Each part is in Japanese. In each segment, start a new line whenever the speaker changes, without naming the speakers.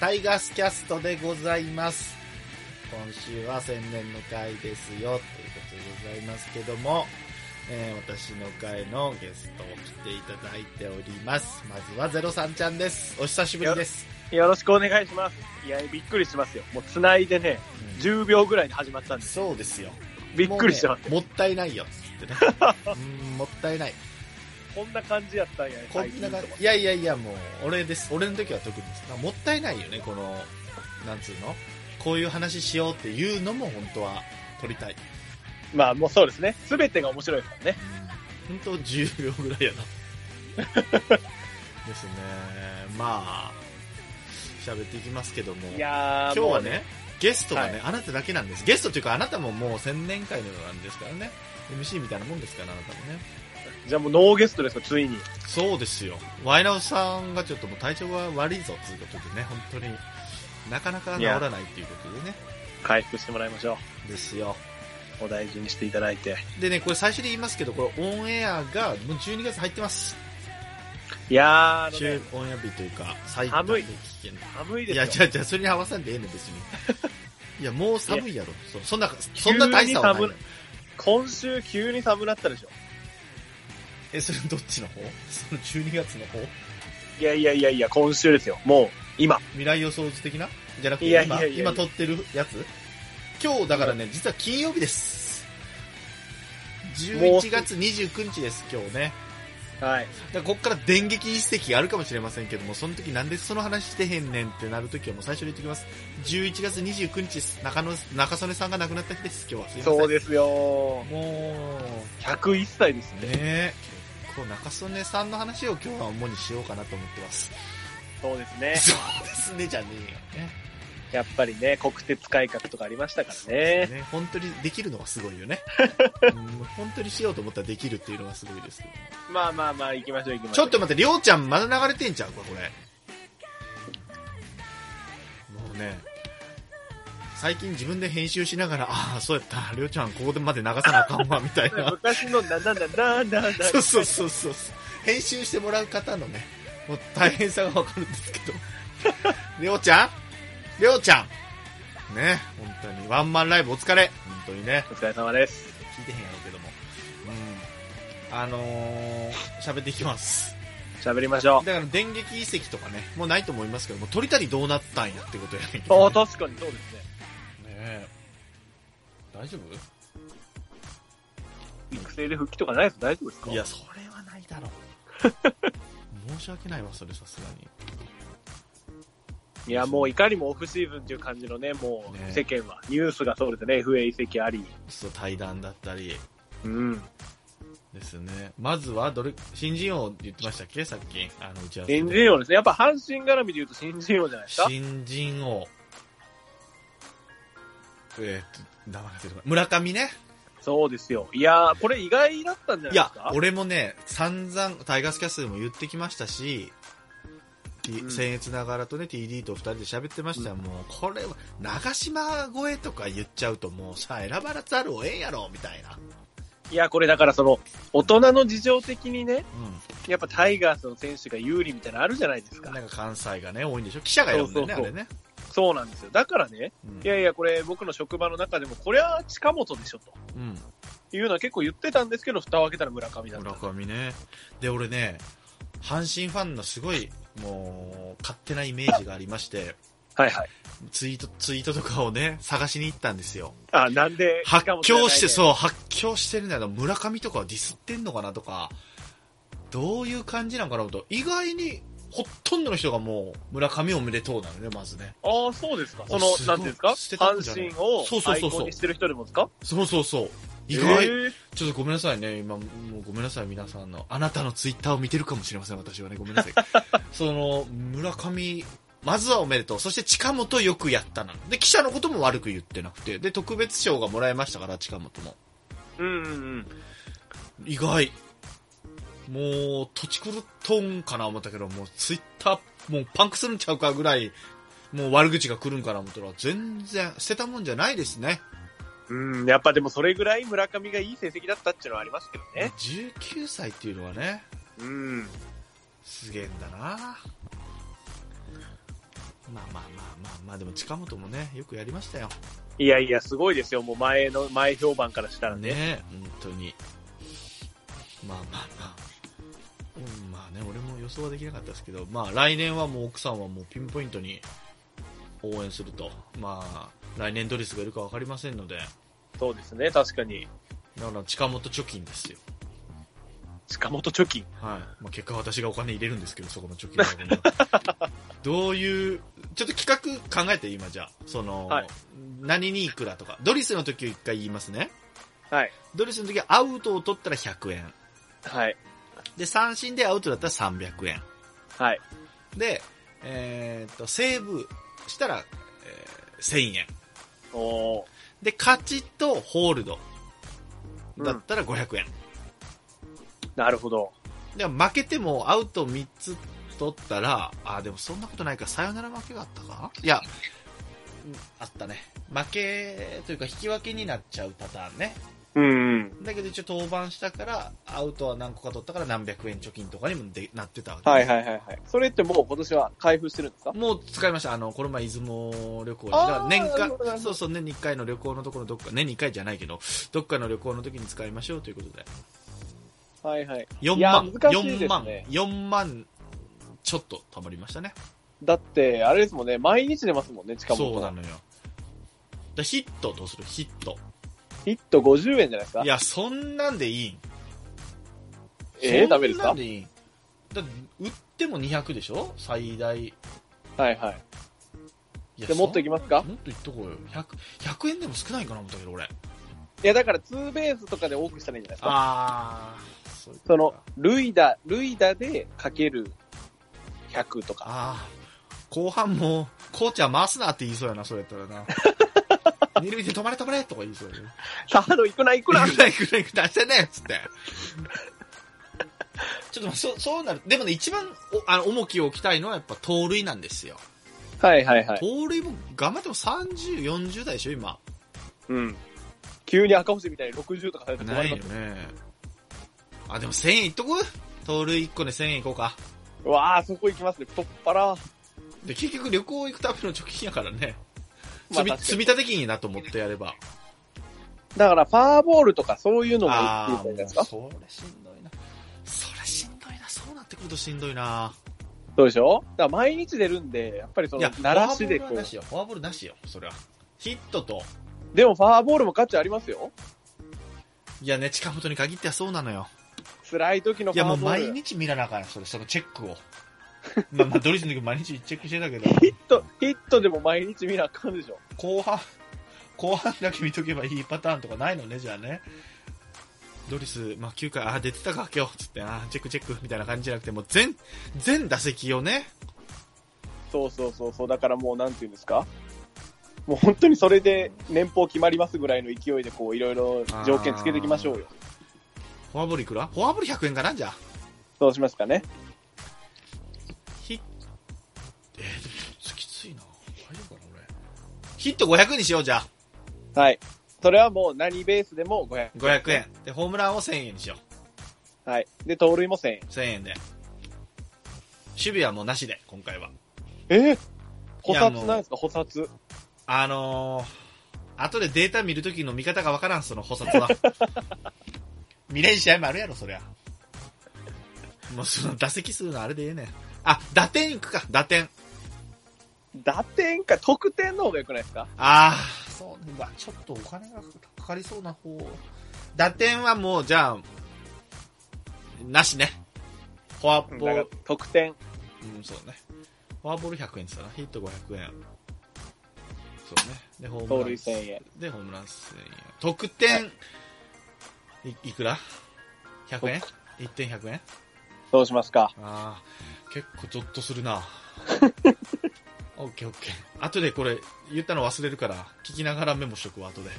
タイガースキャストでございます。今週は千年の会ですよ、ということでございますけども、えー、私の会のゲストを来ていただいております。まずはゼロさんちゃんです。お久しぶりです。
よろしくお願いします。いや、びっくりしてますよ。もう繋いでね、うん、10秒ぐらいで始まったんです。
そうですよ。、
びっくりしてます
ね、もったいないよ、つってね。 うん、もったいない。
こんな感じやったんや、ね、
こんな感じ。いやいやいや、もう、俺です。俺の時は特にもったいないよね、この、なんつうのこういう話しようっていうのも本当は撮りたい。
まあ、もうそうですね。すべてが面白いからね。
本当10秒ぐらいや な。ですね。まあ、喋っていきますけども。
いや
今日はね、ねゲストがね、はい、あなただけなんです。ゲストというか、あなたももう千年会のようなんですからね。MC みたいなもんですから、あなたもね。
じゃあもうノーゲストですよ、ついに。
そうですよ。ワイナオさんがちょっともう体調が悪いぞということでね、本当になかなか治らないということでね。
回復してもらいましょ
う。ですよ。
お大事にしていただいて。
でね、これ最初に言いますけど、これオンエアがもう12月入ってます。
いやー、
ね、オンエア日というか、
最低寒い。危険。寒いですよ。
いや、じゃあ、じゃあ、それに合わせんでええの、 別に。いや、もう寒いやろ。そそんな、そんな大差はない。
今週急に寒なったでしょ。
え、それどっちの方 その12月の方
いやいやいやいや、今週ですよ。もう、今。
未来予想図的なじゃなくて今、いやいやいや今撮ってるやつ今日、だからね、実は金曜日です。11月29日です、今日ね。
はい。
だこっから電撃一石があるかもしれませんけども、その時なんでその話してへんねんってなる時はもう最初に言ってきます。11月29日です。中野、中曽根さんが亡くなった日です、今日は。すいません。
そうですよも
う、
101歳です
ね。ね構中曽根さんの話を今日は主にしようかなと思ってます。
そうです ね。
そうですね、じゃねえよ、ね。
やっぱりね、国鉄改革とかありましたからね。ね
本当にできるのがすごいよ ね本当にしようと思ったらできるっていうのがすごいですけど、ね。
まあまあまあ、行きましょう行きま
しょう。ちょっと待って、りょうちゃんまだ流れてんちゃうか、これ。もうね、最近自分で編集しながら、ああ、そうやった、りょうちゃんここでまで流さなあかんわ、みたい な。
昔のな、な、な、な、な、な、
そうそうそうそう。編集してもらう方のね、もう大変さがわかるんですけど。りょうちゃんりょうちゃんね、本当に。ワンマンライブお疲れ。本当にね。
お疲れ様です。
聞いてへんやろうけども。うん。あのー、喋っていきます。
喋りましょ
う。だから電撃遺跡とかね、もうないと思いますけども、鳥谷どうなったんやってことやねんけ
ど、ね。ああ、確かにそうですね。
ね大丈夫
育成で復帰とかないです大丈夫ですか
いやそれはないだろう 申し訳ないわそれさすがに
いやもういかにもオフシーズンっていう感じのねもう世間は、ね、ニュースがそうですね FA 移籍あり
そう対談だったり
うん
ですね。まずは、どれ、新人王って言ってましたっけさっき。あの、打ち合わせで
新人王ですね。やっぱ阪神絡みで言うと新人王じゃないですか。
新人王。えーっと、名前が出てこない。村上ね。
そうですよ。いやー、これ意外だったんじゃない
い
で
や
すか。、
俺もね、散々、タイガースキャストでも言ってきましたし、T-
うん
僭越ながらとね、TD と二人で喋ってましたよ、もう、これは、長島越えとか言っちゃうと、もうさ、選ばれざるをえんやろ、みたいな。
いや、これだからその、大人の事情的にね、
う
やっぱタイガースの選手が有利みたいなのあるじゃないです
ん。
か
な。んか関西がね、多いんでしょ記者が選ぶんだよね、あ
そうそうそう
れね。
そうなんですよ。だからね、
うん
いやいや、これ僕の職場の中でも、これは近本でしょ、と
うん。
いうのは結構言ってたんですけど、蓋を開けたら村上だった。
村上ね。で、俺ね、阪神ファンのすごい、もう、勝手なイメージがありまして、
はいはい。
ツイート、ツイートとかをね、探しに行ったんですよ。
あ、なんで、
発狂して、
う。
そう、発狂してるんだよ。村上とかはディスってんのかなとか、どういう感じなのかなと、意外に、ほとんどの人がもう、村上おめでとうなのね、まずね。
ああ、そうですか。そ
あ
の、
すごい
なんていうんですか
捨てたん
阪
じゃない
神を
そうそうそ
アイ
うそう
コンにしてる人でもですか
そうそうそう。意外、
えー
ちょっとごめんなさいね、今、もうごめんなさい、皆さんの、あなたのツイッターを見てるかもしれません、私はね、ごめんなさ い。その、村上、まずはおめでとう、そして近本よくやったなの。で、記者のことも悪く言ってなくて、で、特別賞がもらえましたから、近本も。
うんうんうん。
意外。もう、土地狂っとんかな思ったけど、もうツイッター、もうパンクするんちゃうかぐらい、もう悪口が来るんかな思ったら、全然、捨てたもんじゃないですね。
うん、やっぱでもそれぐらい村上がいい成績だったっていうのはありますけどね。
19歳っていうのはね、
うん。
すげえんだなまあまあまあまあまあでも近本もねよくやりましたよ
いやいや、すごいですよ。もう前の、前評判からしたらね。
ね本当にまあまあまあうんまあね俺も予想はできなかったですけどまあ来年はもう奥さんはもうピンポイントに応援するとまあ来年ドリスがいるか分かりませんので
そうですね、確かに。
だから近本貯金ですよ
近本貯金。
はい。まあ、結果私がお金入れるんですけど、そこの貯金箱に はどういう、ちょっと企画考えて、今じゃあ。その、
はい
何にいくらとか。ドリスの時を一回言いますね。
はい。
ドリスの時はアウトを取ったら100円。
はい。
で、三振でアウトだったら300円。
はい。
で、えーっと、セーブしたら、えー1000円。
おー
で、勝ちとホールドだったら500円。
なるほど。
でも負けてもアウト3つ取ったら、あ、でもそんなことないか、サヨナラ負けがあったかいや、うんあったね。負けというか引き分けになっちゃうパターンね。
うんうん。
だけど一応登板したから、アウトは何個か取ったから何百円貯金とかにもでなってたわけ、
はいはいはいはい。それってもう今年は開封してるんですか
もう使いました。あの、この前、出雲旅行に、だ
あー
から年
なるほどなる
間、
ほど
そうそう、年に1回の旅行のところ、どっか、年に1回じゃないけど、どっかの旅行の時に使いましょうということで。
はいはい。
4
いや
万、
難しいですね
4万、4万、ちょっと貯まりましたね。
だって、あれですもんね、毎日出ますもんね、近本
そう
は
なのよ。でヒットどうするヒット。
ヒット50円じゃないですか
いや、そんなんでいいん。
えー、ダメです
そんな
か
んでいいん。だって、打っても200でしょ最大。い
はいはい。
や
じゃあもっといきますか
そんもっといっとこうよ。100、100円でも少ないかな思ったけど、俺。
いや、だからツーベースとかで多くしたらいいんじゃないですか
あー、そういうこと
そ
か
の、塁打、塁打でかける100とか。
あー、後半も、コーチは回すなって言いそうやな、それやったらな。二塁で止まれ止まれとか言いそうやね。
サード行くな 行くな
ぐらいぐらい出してねっつって。ちょっとまあそう、そうなる。でもね、一番おあの重きを置きたいのはやっぱ盗塁なんですよ。
はいはいはい。
盗塁も頑張っても30、40代でしょ、今。
うん。急に赤星みたいに60とかされて困ります。
ね。あ、でも1000円いっとく盗塁1個で1000円いこうか。
うわあそこ行きますね。太っ腹。
で、結局旅行行くための貯金やからね。
ま
積
あ
み
確かに
積み立て金だと思ってやれば。
だから、ファーボールとかそういうのも
あ
言って
ー
いいんじゃないです
もう
か
それしんどいな。それしんどいな。そうなってくるとしんどいな。
そうでしょだから毎日出るんで、やっぱりその、鳴らしで
フォアボールは
こう
な。しよ。フォアボールなしよ、それは。ヒットと、
でもファーボールも価値ありますよ。
いやね、近本に限ってはそうなのよ。
辛い時の
い
フ
や、
ァ
も
ー
う
ボー
毎
ル。
日見らなあかんよ、それ、そのチェックを。まあ、まあ、ドリスの時毎日チェックしてたけど、
ヒット、ヒットでも毎日見なあかんでしょ。
後半、後半だけ見とけばいいパターンとかないのね、じゃあね。ドリス、まあ、9回、あ、出てたか、今日、つって、あ、チェックチェック、みたいな感じじゃなくて、もう全、全打席をね、
そうそうそうそう、だからもうなんていうんですか、もう本当にそれで年俸決まりますぐらいの勢いで、こういろいろ条件つけていきましょうよ。
フォアボールいくらフォアボール100円かなじゃあ。
そうしますかね。
ヒッ、えー、でもきついな。大丈夫かな、俺。ヒット500にしよう、じゃあ。
はい。それはもう何ベースでも500
500円。で、ホームランを1000円にしよ
はい。で、盗塁も1000円。
う。1000円で。守備はもうなしで、今回は。
えー、
い
補
や
殺
もう
なんですか補殺。
あのー、後でデータ見るときの見方がわからん、その補殺は。見れん試合もあるやろ、そりゃ。もうその打席数のあれでええねん。あ、打点いくか、打点。
打点か、得点の方が良くないですか
ああ、そうね。うわちょっとお金がかかりそうな方。打点はもう、じゃあ、なしね。フォアボ
だ
ー
から
ル、
得点。
うん、そうね。フォアボール100円って言ったな。ヒット500円。そうね。で、ホーム
盗
ラ
塁
ン。
1000円。
で、ホームラン1000円。得点、い、いくら ?100 円 ?1 点100円
どうしますか
ああ、結構ゾッとする な。オッケーオッケー。後でこれ、言ったの忘れるから、聞きながらメモしとくわ、後で。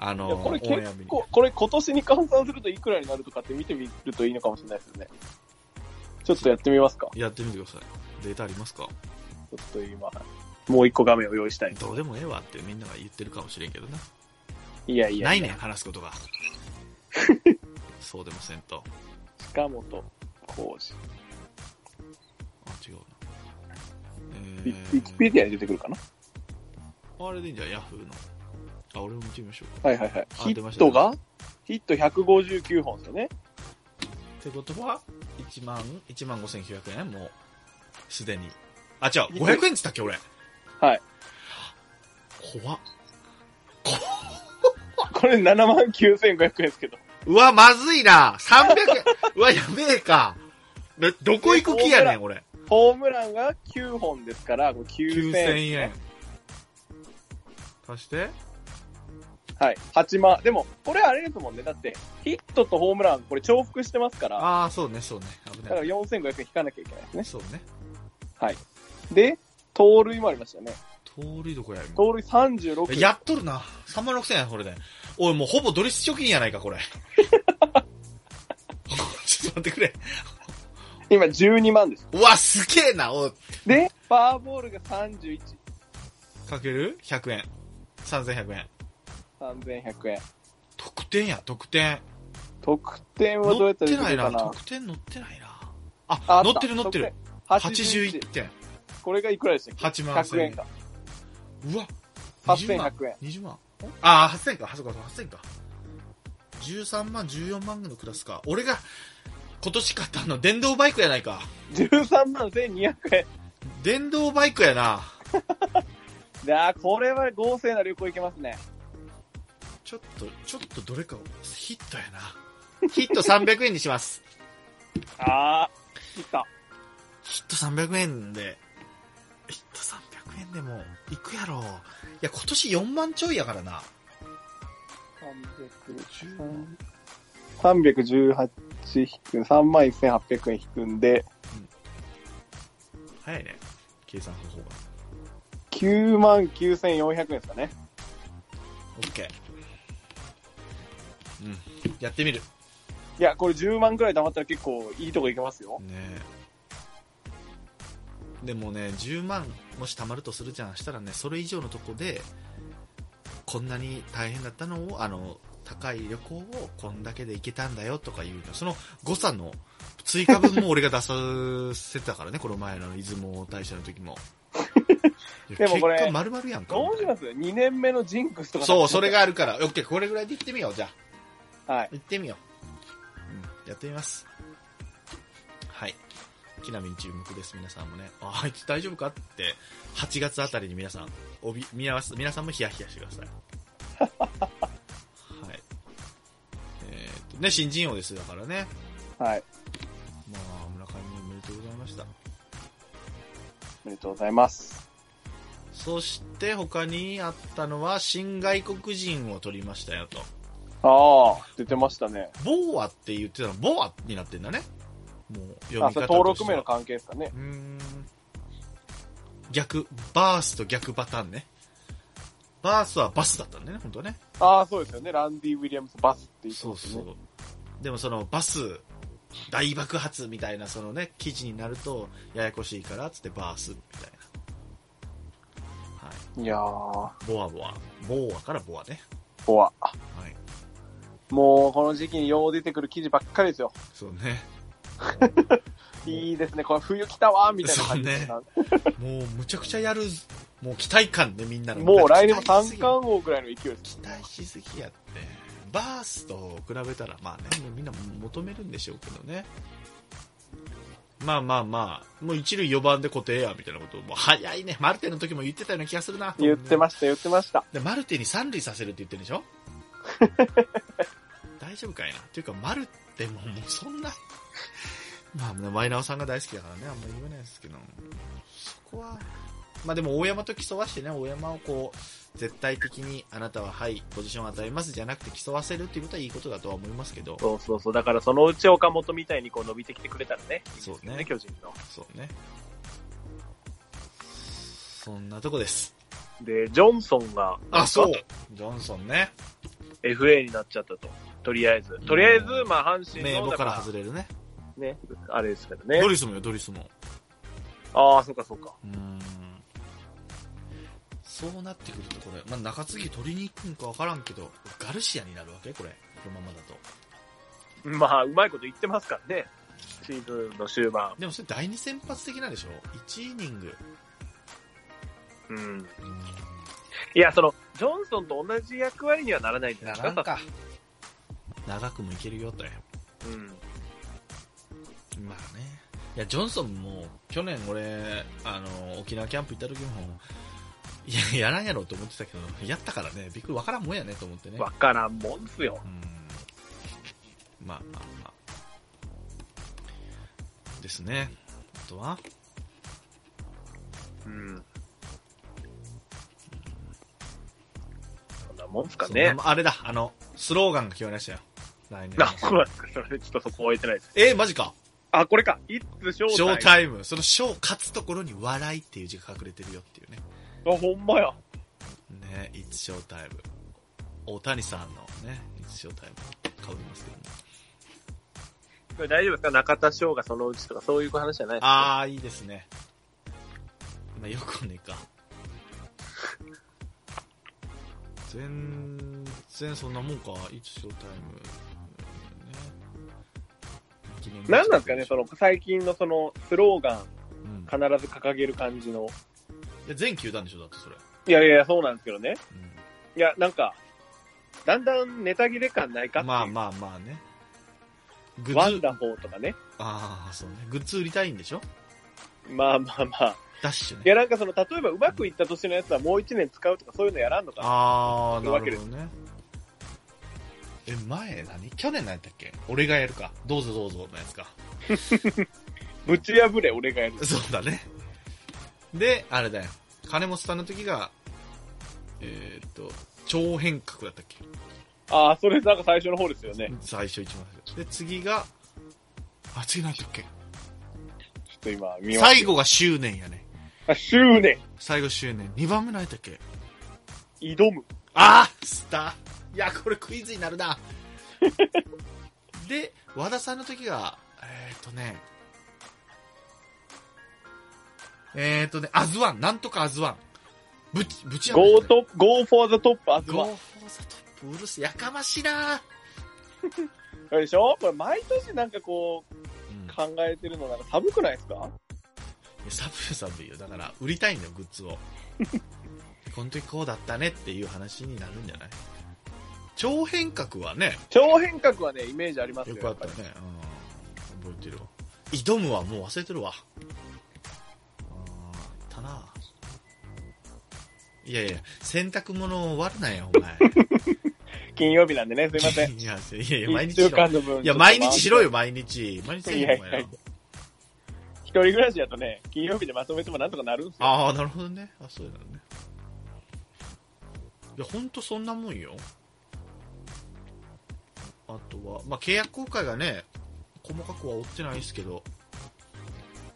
あ
い
の、
やこれ
オンエア見
結
に
構、これ今年に換算するといくらになるとかって見てみるといいのかもしれないですね。ちょっとやってみますか
やってみてください。データありますか
ちょっと今、もう一個画面を用意したい。
どうでもええわってみんなが言ってるかもしれんけどな。
いやいや
ないねん、話すこと が。そうでもせんと。
近本浩
あ、違うな。
二。ウ
え
ィキペ
ー、
ディアに出てくるかな
あれでいいんじゃん、ヤフーの。あ、俺も見てみましょうか。
はいはいはい。
あ
ヒ
出ま
ッ
した
トがヒット159本ですよね。
ってことは、1万、1万5900円もう、すでに。あ、違う、500円っつったっけ、俺。
はい。
怖っ。
これ7万9500円ですけど。
うわ、まずいな。300円。 うわ、やべえか。ど、どこ行く気やねん、俺。
ホームランが9本ですから、これ9000
9000
円
円。。足して
はい。8万。でも、これあれですもんね。だって、ヒットとホームラン、これ重複してますから、
ああ、そうね、そうね。危
だか
な
ら
い。
4500円引かなきゃいけないですね。
そうね。
で、盗塁もありましたよね。
通りどこや、今
盗塁36。
やっとるな。3万6000円、これで。おい、もうほぼドリス貯金やないか、こ れ。ちょっと待ってくれ。
今12万です。
うわ、すげえな。おい
で、ファーボールが31。
かける100円。3100円。
3100円。
得点や、得点。
得点はどう
乗
や
っ
ったら
て
出てく
ない
るか
な。
な
得点乗ってないな。
あ
あ
あ、
乗
た
ってる乗ってる。
81
81。点。
これがいくらでしたっけ
8万
100円か。
うわ。20万
8100円。
20万ああ、8000か。あ、そうか、そう8000か。13万、14万のクラスか。俺が、今年買ったの、電動バイクやないか。
13万1200円。
電動バイクやな。
いやーこれは豪勢な旅行行けますね。
ちょっと、ちょっとどれかを、ヒットやな。ヒット300円にします。
あー、いった。
ヒット300円で、ヒット300円でも、いくやろ。いや、今年4万ちょいやからな。
318引く、3万1800円引くんで、
早いね。計算方法が。
9万9400円ですかね。
オッケー。うん。やってみる。
いや、これ10万くらい貯まったら結構いいとこ行けますよ。
ねえでもね、10万、もし貯まるとするじゃん。したらね、それ以上のとこで、こんなに大変だったのを、あの、高い旅行をこんだけで行けたんだよとかいうの。その誤差の追加分も俺が出させてたからね、この前の出雲大社の時も。いや
でもこれ
結果丸々やんか。
どうします ?2 年目のジンクスとか。
そう、それ。があるから。オッケー、これぐらいで行ってみよう、じゃあ。
はい。
行ってみよう、うん、やってみますはい木並みに注目です皆さんもねああいつ大丈夫かって8月あたりに皆さんおび皆さん皆さんもヒヤヒヤしてください はいえーっとね新人王ですだからね
はい。
まあ村上もおめでとうございました
おめでとうございます。
そして他にあったのは新外国人を取りましたよと
ああ、出てましたね。
ボーアって言ってたら、ボアになってんだね。もう、読み
あ
方
そ
とし
れ
ては
登録名の関係ですかね
う。ーん。逆、バースと逆パターンね。バースはバスだったんだよね、本当ね。
ああ、そうですよね。ランディ・ウィリアムス・バスって言って
そ
ま
う
すね。
そう。でもそのバス、大爆発みたいな、そのね、記事になると、ややこしいから、つってバースみたいな。はい。
いやー、
ボアボア。ボアからボアね。
ボア。
はい。
もう、この時期によう出てくる記事ばっかりですよ。
そうね。
いいですね。これ冬来たわーみたいな感じですね
そもう、むちゃくちゃやる、もう期待感でみんなの。
もう来年も
期待しす
三
ぎや
冠王ぐらいの勢いです。
期待しすぎやって。バースと比べたら、まあね、もうみんな求めるんでしょうけどね。まあまあまあ、もう一塁4番で固定や、みたいなことを、もう早いね。マルテの時も言ってたような気がするな。
言ってました、言ってました。
でマルテに三塁させるって言ってるでしょ 大丈夫かいな。っていうか、マルテももうそんな、まあ、マイナオさんが大好きだからね、あんまり言えないですけど、そこは、まあでも大山と競わしてね、大山をこう、絶対的にあなたははい、ポジションを与えますじゃなくて競わせるっていうことはいいことだとは思いますけど、
そうそうそう。だからそのうち岡本みたいにこう伸びてきてくれたらね。
そうね
巨人の。
そうね。そんなとこです。
で、ジョンソンが
あ、そうジョンソンね。
FA になっちゃったと。とりあえず。とりあえず
う、ん
まあ、阪神
名
の、
簿から
だ
外れるね。
らね、あれですけどね
ド。リスもよ、ドリスも。
ああ、そうかそうか。
うーんそうなってくるとこれ、まあ、中継ぎ取りに行くんか分からんけどガルシアになるわけこれこのままだと
まあ、うまいこと言ってますからね。シーズンの終盤。
でもそれ第2先発的なんでしょ1イニング
うん。
うーん
いや、その、ジョンソンと同じ役割にはならないんじゃ
な
ないで
らん
すか。
か長くもいけるよと
うん。
まあねいやジョンソンも去年俺あの沖縄キャンプ行った時もいややらんやろと思ってたけどやったからねびっくり分からんもんやねと思ってね
わからんもんっすよ。
うんまあまあまあ。ですね。あとは
うん。そんなもんっすか
そ
ね
ん。なあれだ、あの、スローガンが決まりましたよ。来年の
あ、。 そうなんですか。それちょっとそこ置いてないです。
えー、マジか。
あ、これか。いつショ
ショ
ー
ー
タイ
タイム。そのショー勝つところに笑いっていう字が隠れてるよっていうね。
ム。あ、ほんまや。
ね、いつショータイム。大谷さんのね、いつショータイム。被りますけども。
これ大丈夫ですか中田翔がそのうちとかそういう話じゃないですか
あー、いいですね。まあ、よくねえか。全然そんなもんか、いつショータイム。記念日
なんなんですかね、その最近のそのスローガン
うん
必ず掲げる感じの。
いや全球団でしょ、だってそれ。
いやいやいや、そうなんですけどね。
うん
いや、なんか、だんだんネタ切れ感ないかっていう。
まあまあまあね。グ
ワ
ッ
ン
ズ、
ダフォーとかね。
ああ、そうね。グッズ売りたいんでしょ
まあまあまあ。
ダッシュ
い
ね。
や、なんかその、例えばうまくいった年のやつはもう一年使うとかそういうのやらんのかな。
ああ、
そういう
な
わけ
る
で
ほどね。え、前何去年何やったっけ俺がやるか。どうぞどうぞのやつか。
ぶち破れ、俺が やる。
そうだね。で、あれだよ。金本さんの時が、えーっと、超変革だったっけ
ああ、それなんか最初の方ですよね。
最初一番最初。で、次が、あ、次何だっけ
ちょっと今、見ます。
最後が執念やね。
あ、執念、
最後執念。二番目何やったっけ
挑む。
あースターいや、これクイズになるな。で、和田さんの時が、えーっとね、えーっとね、アズワン、なんとかアズワン。ぶち、ぶち破れた
ゴートップ、ゴーフォーザトップ、あず
ゴー
は。
フォーザトップうるせえ、やかましいな、
でしょこれ毎年なんかこう、考えてるのなんか寒くないですか
サブサブよ。だから、売りたいんだよ、グッズを。 この時こうだったねっていう話になるんじゃない超変革はね、
超変革はね、イメージあります
よ
よ。
くあったね。うん。覚えてるわ。挑むはもう忘れてるわ。あーたな。いやいや、洗濯物終わるなよ、お前。
金曜日なんでね、すいません。
いや、いやいや、毎
一
日
週
しろ。
間の分。
いや、毎日しろ
よ。
よ、毎日。毎日せえよ
いやい
お前
やい
ら
や一人暮らしやとね、金曜日でまとめてもなんとかなるんすよ。
ああ、なるほどね。あ、そうなのね。いや、ほんとそんなもんよ。あとは、まあ、契約更改がね、細かくは追ってないですけど、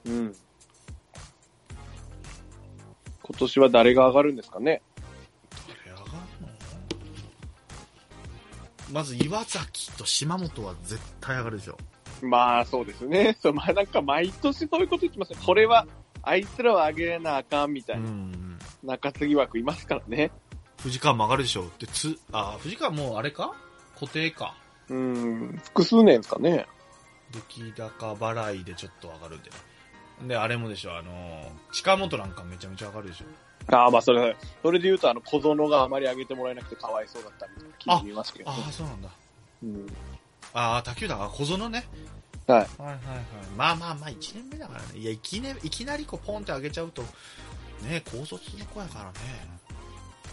うん。今年は誰が上がるんですかね
あれ上がるのまず岩崎と島本は絶対上がるでしょ。
まあそうですね。 そうまあなんか毎年そういうこと言ってますね。これは、あいつらは上げなあかんみた
う
いな、
ん。
中継ぎ枠いますからね。
藤川も上がるでしょ。で、つ、あ、藤川もうあれか固定か。
うん、複数年ですかね。
出来高払いでちょっと上がるんで。で、あれもでしょ、あのー、近本なんかめちゃめちゃ上がるでしょ。
ああ、まあそれ、それで言うと、あの、小園があまり上げてもらえなくてかわいそうだったみたいな気に見ますけど、
ああ、そうなんだ。
うん。
ああ、他球団、あ小園ね。
はい
はいはいはい。まあまあまあ、1年目だからね。いや、いき,、ね、いきなりこう、ポンって上げちゃうと、ね、高卒の子やからね。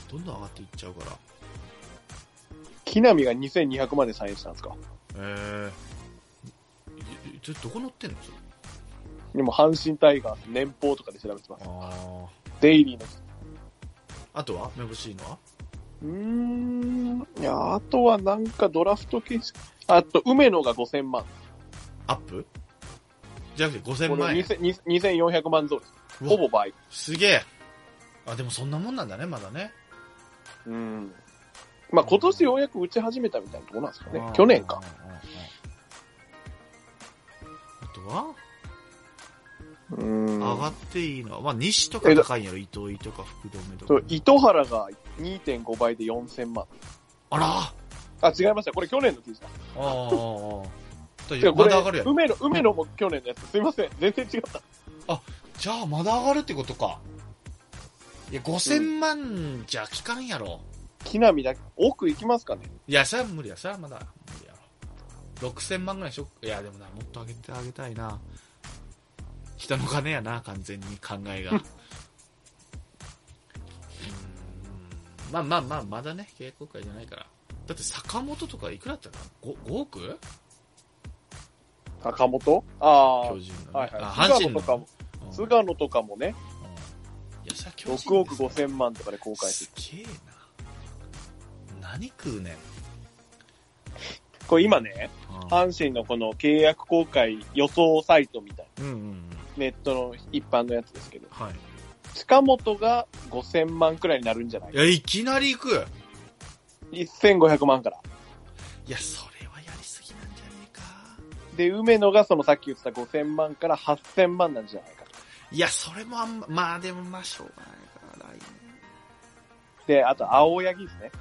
どんどん上がっていっちゃうから。
木浪が2200までサインしたんですか
ええー。ちょ、どこ乗ってんのそれ
でも阪神タイガース年俸とかで調べてます。
あ
デイリーの。
あ。あとは目星いいのは
うーん。いや、あとはなんかドラフト形式。あと、梅野が5000万。
アップじゃなくて
こ
5000
れ
万円。
2000 2400万増です。
うわ
ほぼ倍。
すげえ。あ、でもそんなもんなんだね、まだね。
うん。まあ今年ようやく打ち始めたみたいなところなんですか
あ
ね
ー。
去年か。。
うんうんうんあとは
うん。
上がっていいのは、まあ、西とか高いんやろ、糸井とか福留と
そう
か。
糸原が2.5倍で4000万。
あらあ
あ、違いました。これ去年の記事だ。
あああ。
てかこ
ま
れ
だ上がるやん。
梅野、梅野も去年のやつ。すいません。全然違った。
じゃあ、まだ上がるってことか。いや、5000万じゃ効かんやろ。
木浪だけ、奥行きますかね。
いや、それは無理や。それはまだ無理やろ。6000万ぐらいでしょいや、でもな、もっと上げてあげたいな。人の金やな、完全に考え が。うーんまあまあまあ、まだね、契約会じゃないから。だって坂本とかいくらだったか 5, 5億
坂本ああ
巨。人の、ね。
はい
あ
は
阪
い。
神
菅野とかも
の。、うんうんい
菅野とかもね、
や、それは巨人です
6億5千万とかで公開する。
すげえな。何食うねん。
これ今ね、
あ
阪神のこの契約公開予想サイトみたい
うんうんうん。
な、ネットの一般のやつですけど、
はい。
近本が5千万くらいになるんじゃない
いや、いきなり行く
?1500 万から。
いや、それはやりすぎなんじゃねえか。
で、梅野がそのさっき言ってた5千万から8千万なんじゃないか。
いや、それもあんま、まあでもまあしょうがないから、来年。
で、あと青柳ですね。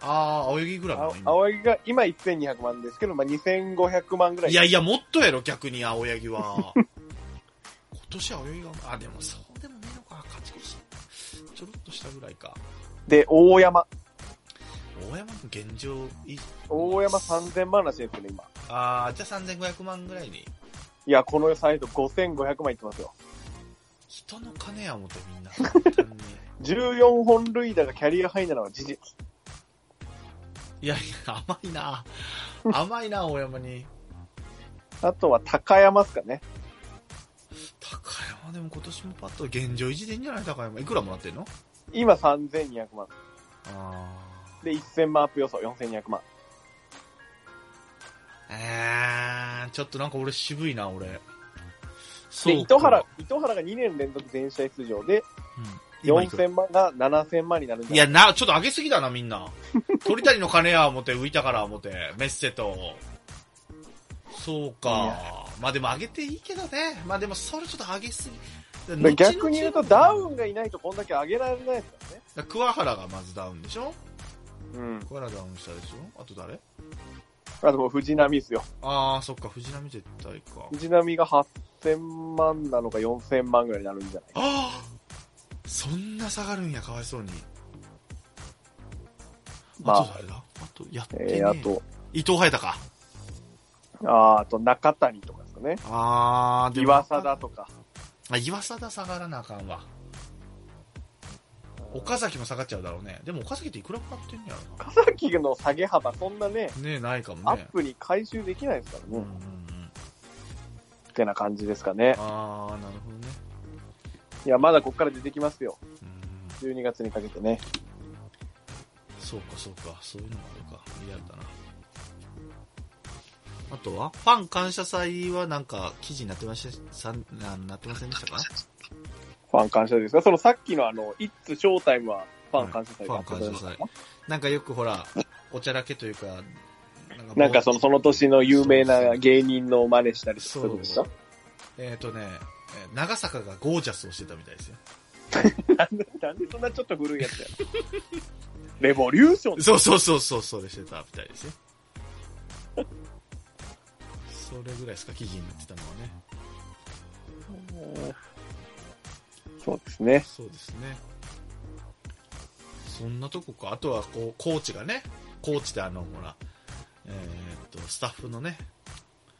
ああ、泳ぎぐらいな
青
の今
青柳が今1200万ですけど、まあ、2500万ぐらい。
いやいや、もっとやろ、逆に青柳は。 今年は泳ぎが、あ、でもそうでもねえのか、勝ち越し。ちょろっとしたぐらいか。
で、大山。
大山も現状いい、
大山3000万らしいんですけど、今。
ああ、じゃあ3500万ぐらいに。
いや、このサイト5500万いってますよ。
人の金や思って みんな。本当に
14本塁打がキャリアハイなのは事実。
いやいや、甘いな。甘いな、大山に。
あとは高山ですかね。
高山でも今年もパッと現状維持でいいんじゃない高山。いくらもらってんの
今3200万。
あー
で、1000万アップ予想4200万。
えー、ちょっとなんか俺渋いな、俺。そ
で、
か
糸原、、糸原が2年連続全試合出場で、
うん今いくら
4000万が7000万になるん
い
じゃ
や、
ない
な、ちょっと上げすぎだな、みんな。鳥谷の金や思って、浮いたから思って、メッセと。そう
い
か。まあでも上げていいけどね。まあでもそれちょっと上げす
だ
ぎ。
逆に言うと、ダウ
ン。
ンがいないとこんだけ上げられないですからね。
桑原がまずダウンでしょ
うん。
桑原ダウンしたでしょあと誰
あともう藤波ですよ。
あー、そっか、藤波絶対か。
藤波が8000万なのか4000万ぐらいになるんじゃない
ああそんな下がるんや、かわいそうに。
まあ
あと誰だあと、やってねえ
えー、あと、
伊藤隼太か。
あーあと中谷とかですかね。
あー、でも
岩貞とか。
あ、岩佐だ下がらなあかんわ。岡崎も下がっちゃうだろうね。でも岡崎っていくらもらってんねやろな。
岡崎の下げ幅、そんなね、
ねえ、ないかも
ア
ね
ッ。プに回収できないですから
うんうん
ね。
うん。
ってな感じですかね。
あー、なるほどね。
いや、まだこっから出てきますよ。
うん。
12月にかけてね。
そうか、そうか。そういうのもあるか。リアルだな。あとはファン感謝祭はなんか記事になってました、さんあなってませんでしたか
ファン感謝ですが、そのさっきのあの、It's Showtime はファン感謝祭だった
はいファン感謝祭なんかよくほら、おちゃらけというか、なんか
なんかその、その年の有名な芸人の真似したりす
そ
るん
う
でした。
えっ、とね、えー長坂がゴージャスをしてたみたいですよ。
なんで、 なんでそんなちょっと古いやつ や。レボリューション
そうそうそうそう、それしてたみたいですよ。 それぐらいですか、記事になってたのはね。
そうですね。
そうですね。そんなとこか。あとは、こう、コーチがね、コーチであの、ほら、えーっと、スタッフのね、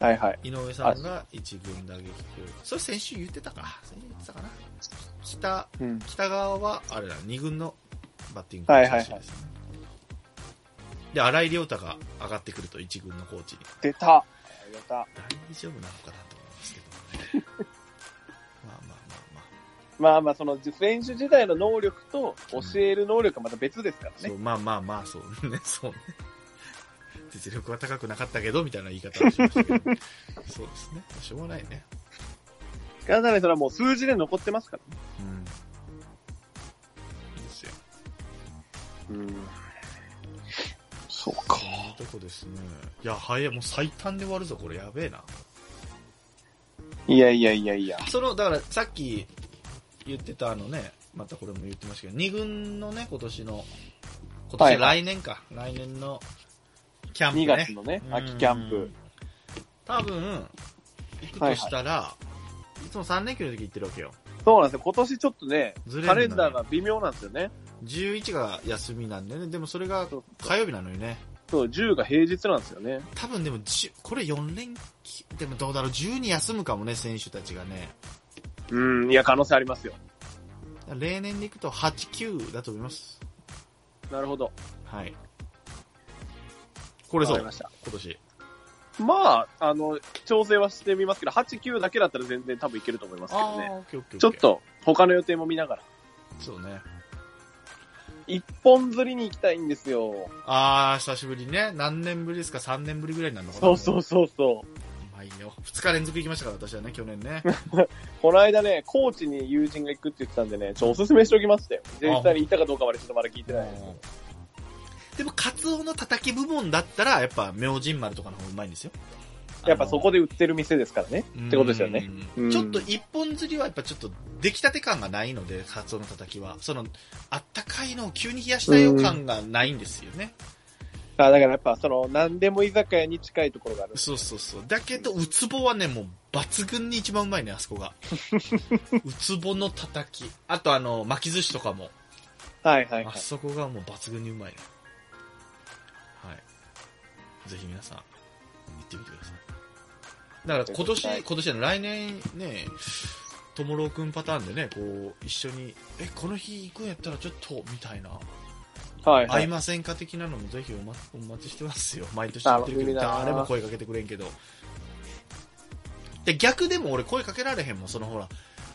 はいはい。
井上さんが一軍打撃を。それ先週言ってたか。先週言ってたかな。北、
うん。
北側は、あれだ、二軍のバッティング
はいはいはい
コーチらしですね。で、荒井亮太が上がってくると、一軍のコーチに。
出た。やった。
大丈夫なのかなと思いますけどね。 まあまあまあまあ。
まあまあ、その選手時代の能力と教える能力はまた別ですから
そ
ね。
う、まあまあまあ、そうね、 そうね。実力は高くなかったけど、みたいな言い方をしましたけど。そうですね。しょうがないね。
かなりそれはもう数字で残ってますからね。
うん。ですよ。
うん。そうか。
こんなとこですね。いや、早い。もう最短で終わるぞ、これ。やべえな。
いやいやいやいや。
その、だから、さっき言ってたあのね、またこれも言ってましたけど、2軍のね、今年の、今年、
はいは
来年か。来年のキャンプ
2
ね。
月のね、秋キャン
う
プ
ん。。多分、行くとしたら、いつも3連休の時行ってるわけよ。
そうなんですよ。今年ちょっとね、
ずれんの
カ
よ
レンダーが微妙なんですよね。
11が休みなんだよね。でもそれが
そう
火曜日なのよね。
そう、10が平日なんですよね。
多分でも10、これ4連休、でもどうだろう、12休むかもね、選手たちがね。
うん、いや、可能性ありますよ。
例年で行くと8、9だと思います。
なるほど。
はい。これそ
わ
う、今
かりました。
年。
まあ、あの、調整はしてみますけど、8、9だけだったら全然多分いけると思いますけ
あ
どね。
ー、オッケーオッケー。
ちょっ。と、他の予定も見ながら。
そうね。
一本釣りに行きたいんですよ。
あー、久しぶりにね。何年ぶりですか ?3 年ぶりぐらいになるのかな
そうそうそうそう。
うまいよ。2日連続行きましたから、私はね、去年ね。
この間ね、高知に友人が行くって言ってたんでね、ちょ、おすすめしておきましたよ。
あ
実際に行ったかどうかまでちょっとまだ聞いてないです。
でも、カツオのたたき部門だったら、やっぱ、明神丸とかの方がうまいんですよ。
やっぱそこで売ってる店ですからね。ってことですよね
うん。
うん
ちょっと一本釣りはやっぱちょっと出来たて感がないので、カツオのたたきは。その、あったかいのを急に冷やしたよ感がないんですよね。
あだからやっぱ、その、何でも居酒屋に近いところがある。
そうそうそう。だけど、ウツボはね、もう抜群に一番うまいね、あそこ が。ウツボのたたき。あとあの、巻き寿司とかも。
はいはいは
あ
い。
そこがもう抜群にうまいね。はい。ぜひ皆さん、行ってみてください。だから今年、
はい
今年じゃない来年ね、ともろうくんパターンでね、こう、一緒に、え、この日行くんやったらちょっと、みたいな、
はいは
会い
い。
ませんか的なのもぜひお,、ま、お待ちしてます よ。毎年やってるけど、
あ
誰も声かけてくれんけど。で、逆でも俺声かけられへんもん、そのほら、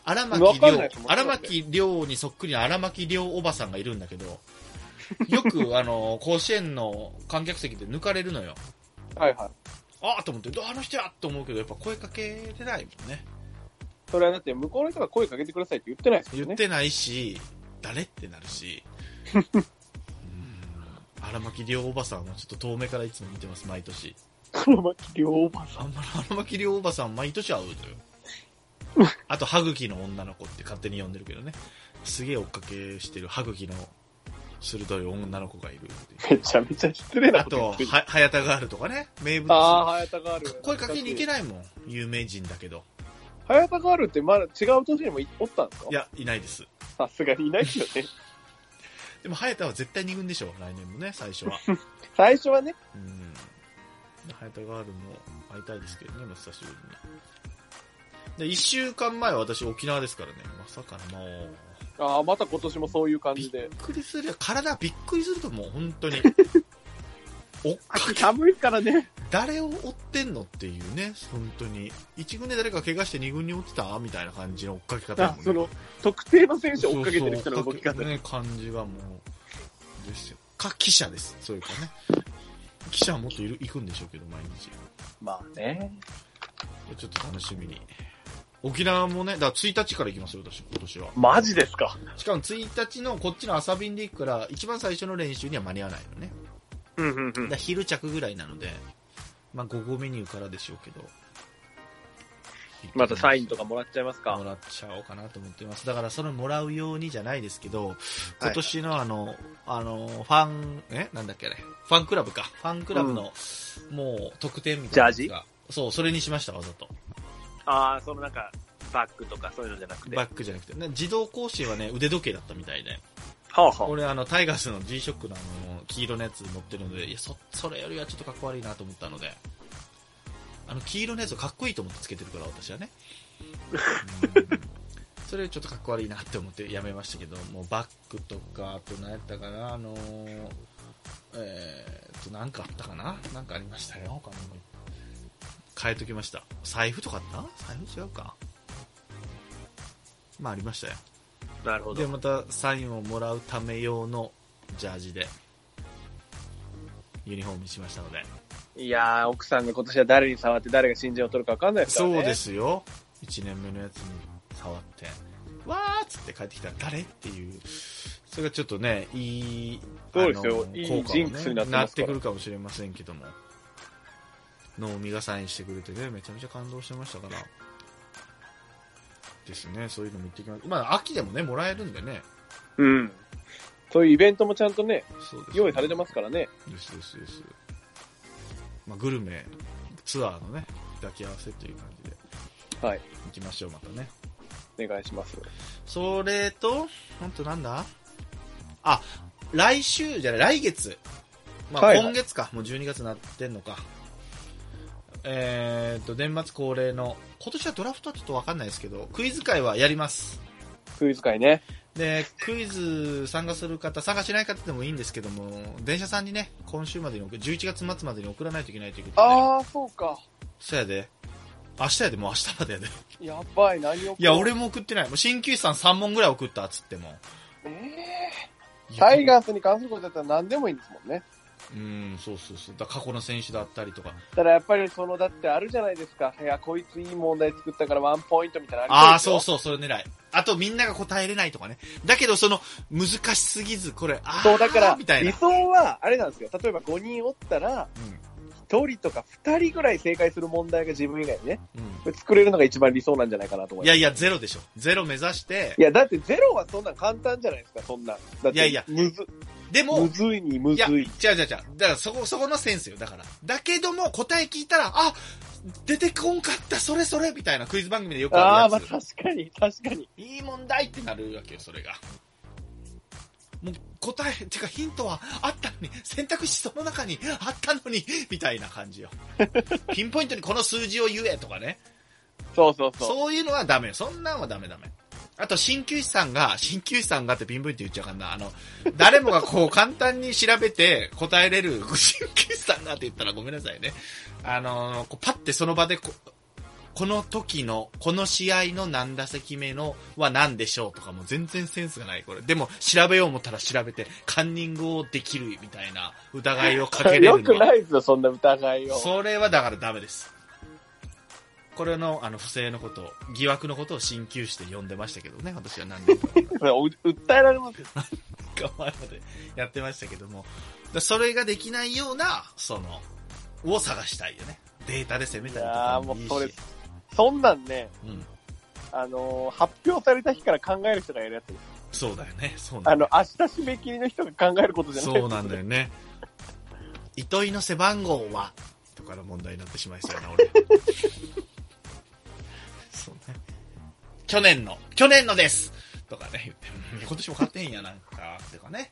荒
わ
牧
かんない
亮
ですも、ん
荒牧亮にそっくりな荒牧亮おばさんがいるんだけ ど、よくあの、甲子園の観客席で抜かれるのよ。
はいはい。
ああと思って、どうあの人やと思うけど、やっぱ声かけれないもんね。
それはだって、向こうの人が声かけてくださいって言ってないです
言
よ
っ
ね。
てないし、誰ってなる し。うん荒牧亮おばさんはちょっと遠目からいつも見てます、毎年。
黒巻両おばさ
あんまり荒牧亮おばさん毎年会うのよ。あと、歯茎の女の子って勝手に呼んでるけどね。すげえ追っかけしてる歯茎の鋭い女の子がいるって
ん。めちゃめちゃ失礼
いう。
な
あ
こと言
と
って、る。
は、はやたガールとかね。名物。
ああ、はやたがある。
声かけに行け
ない。
ないもん。有名人だけど。
はやたがあるって、まだ違う年にもいおったんですか
いや、いないです。
さすがにいないですよね。
でも、はやたは絶対二軍でしょ。来年もね、最初は。
最初はね、
うん。早田ガールも会いたいですけどね、まあ久しぶりに。で、一週間前は私沖縄ですからね、まさかのもう、
ああ、また今年もそういう感
び
じで
っ。くりするよ。体びっくりするともう本 当に。おっかけ、
寒いからね。
誰を追ってんのっていうね、本当に。一軍で誰か怪我して二軍に落ちたみたいな感じの追っかけ方だ
あ
もんね
その、特定の選手を追っかけてる人の
そう
動き
そう追っか
方
け。ね、感じはもう、ですよ。か、記者です。そういうかね。記者はもっといる、行くんでしょうけど、毎日。
まあね。
ちょっと楽しみに。沖縄もね、だから1日から行きますよ、私、今年は。
マジですか。
しかも1日のこっちの朝便で行くから、一番最初の練習には間に合わないのね。
うんうんう
だ
ん
から。昼着ぐらいなので、まあ午後メニューからでしょうけど。
またサイン
と
とかもらっちゃいます
かも
から
っちゃおうかなと思ってます。だからそれもらうようにじゃないですけど、今年のあの、あの、ファン、えなんだっけあれファンクラブか。ファンクラブの、もう特典みたいなやつ
ジャ
が。そう、それにしました、わざと。
ああ、そのなんか、バッグとかそういうのじゃなくて。
バックじゃなくて。ね自動更新はね、腕時計だったみたいで。
はあは
俺、あの、タイガースの G-SHOCK のあの、黄色のやつ持ってるので、いや、そ、それよりはちょっとかっこ悪いなと思ったので、あの、黄色のやつをかっこいいと思ってつけてるから、私はね。うんそれちょっとかっこ悪いなって思ってやめましたけど、もうバックとか、あと何やったかな、あのーえーっと、なんかあったかななんかありましたよ、他にも。変えときました。財布とかあった財布違うか。まあありましたよ。
あ。なるほ
で
ど。
またサインをもらうため用のジャージでユニフォームにしましたので
いやー、奥さんが今年は誰に触って誰が新人を取るか分かんないですからね。
そうで。すよ1年目のやつに触ってわーっつって帰ってきたら誰っていうそれがちょっとねいい
そうですよ
あの
いい
効果を
ジンクスになって
な
ま
っ
すか
て
ら
くるかもしれませんけども能見がサインしてくれてねめちゃめちゃ感動してましたからですねそういうのも行ってきますまあ秋でもねもらえるんでね
うん。そういうイベントもちゃんとね、
そうですね
用意されてますからね。
ですですです、まあ、グルメツアーのね抱き合わせという感じで
はい。
行きましょうまたね
お願いします。
それと本当なんだあ来週じゃない来月まあ、
はいはい
今月かもう12月になってんのかえー、と年末恒例の今年はドラフトはちょっとわかんないですけどクイズ会はやります
クイズ会ね。
でクイズ参加する方参加しない方でもいいんですけども電車さんにね今週までに送11月末までに送らないといけないということで
あー、そうか。
そやで。明日やで、もう明日までやで。
やばい、何
い
を。
や、俺も送ってない。もう鍼灸師さん3問ぐらい送ったっつっても。
えータイ
ー
ガースに関することだったら何でもいいんですもんね。
うん、そうそうそう。だ過去の選手だったりとか。
ただやっぱりその、だってあるじゃないですか。いや、こいついい問題作ったからワンポイントみたいな
ああー、
り
そう
で
そう、それ狙い。あと、みんなが答えれないとかね。だけど、その、難しすぎず、これ、あ
す
ー
よそう、だから、
みたいな。
理想は、あれなんですよ。例えば5人おったら、1人とか2人ぐらい正解する問題が自分以外にね、
うん。
これ作れるのが一番理想なんじゃないかなと思
うん。
い
いや
ます。
いや、ゼロでしょ。ゼロ目指して
い、や、だってゼロはそんなん簡単じゃないですか、そんなん。だって、
いやいや
むず、
でも、
むずいにむ
いや、
ず
違う違う違う。
い。
だからそこ、そこのセンスよ。だから。だけども、答え聞いたら、あ出てこんかった、それそれみたいなクイズ番組でよく
あ
あ
あ、
る
ま
や
あ
つ。
確かに、確かに。
いい問題ってなるわけよ、それが。もう答え、てかヒントはあったのに、選択肢その中にあったのに、みたいな感じ よ。ピンポイントにこの数字を言えとかね。
そうそうそう。
そういうのはダメよ。そんなんはダメダメ。あと、鍼灸師さんが、鍼灸師さんがってピンポイント言っちゃうかんな。あの、誰もがこう簡単に調べて答えれる鍼灸師さんがって言ったらごめんなさいね。あの、こうパッてその場でこ、この時の、この試合の何打席目のは何でしょうとかもう全然センスがない、これ。でも、調べよう思ったら調べて、カンニングをできるみたいな疑いをかけれるのは
よくないですよ、そんな疑いを。
それはだからダメです。これの、あの、不正のことを、疑惑のことを進級して呼んでましたけどね、私は何年か
それう 訴えられますよ。
前までやってましたけども、だそれができないような、その、を探したいよね。データで攻めたりとかもいいし。
いやーもうそんなんね、
うん。
あのー発表された日から考える人がやるやつです。
そうだよね、そうな
あ
んだ
の
よ、
明日締め切りの人が考えることじゃない
そうなんだよ ね。糸井の背番号は、とかの問題になってしまいそうやな、 俺。そうね。去年の、去年のですとかね、言って、うん今年も勝てんや、なんか、とかね。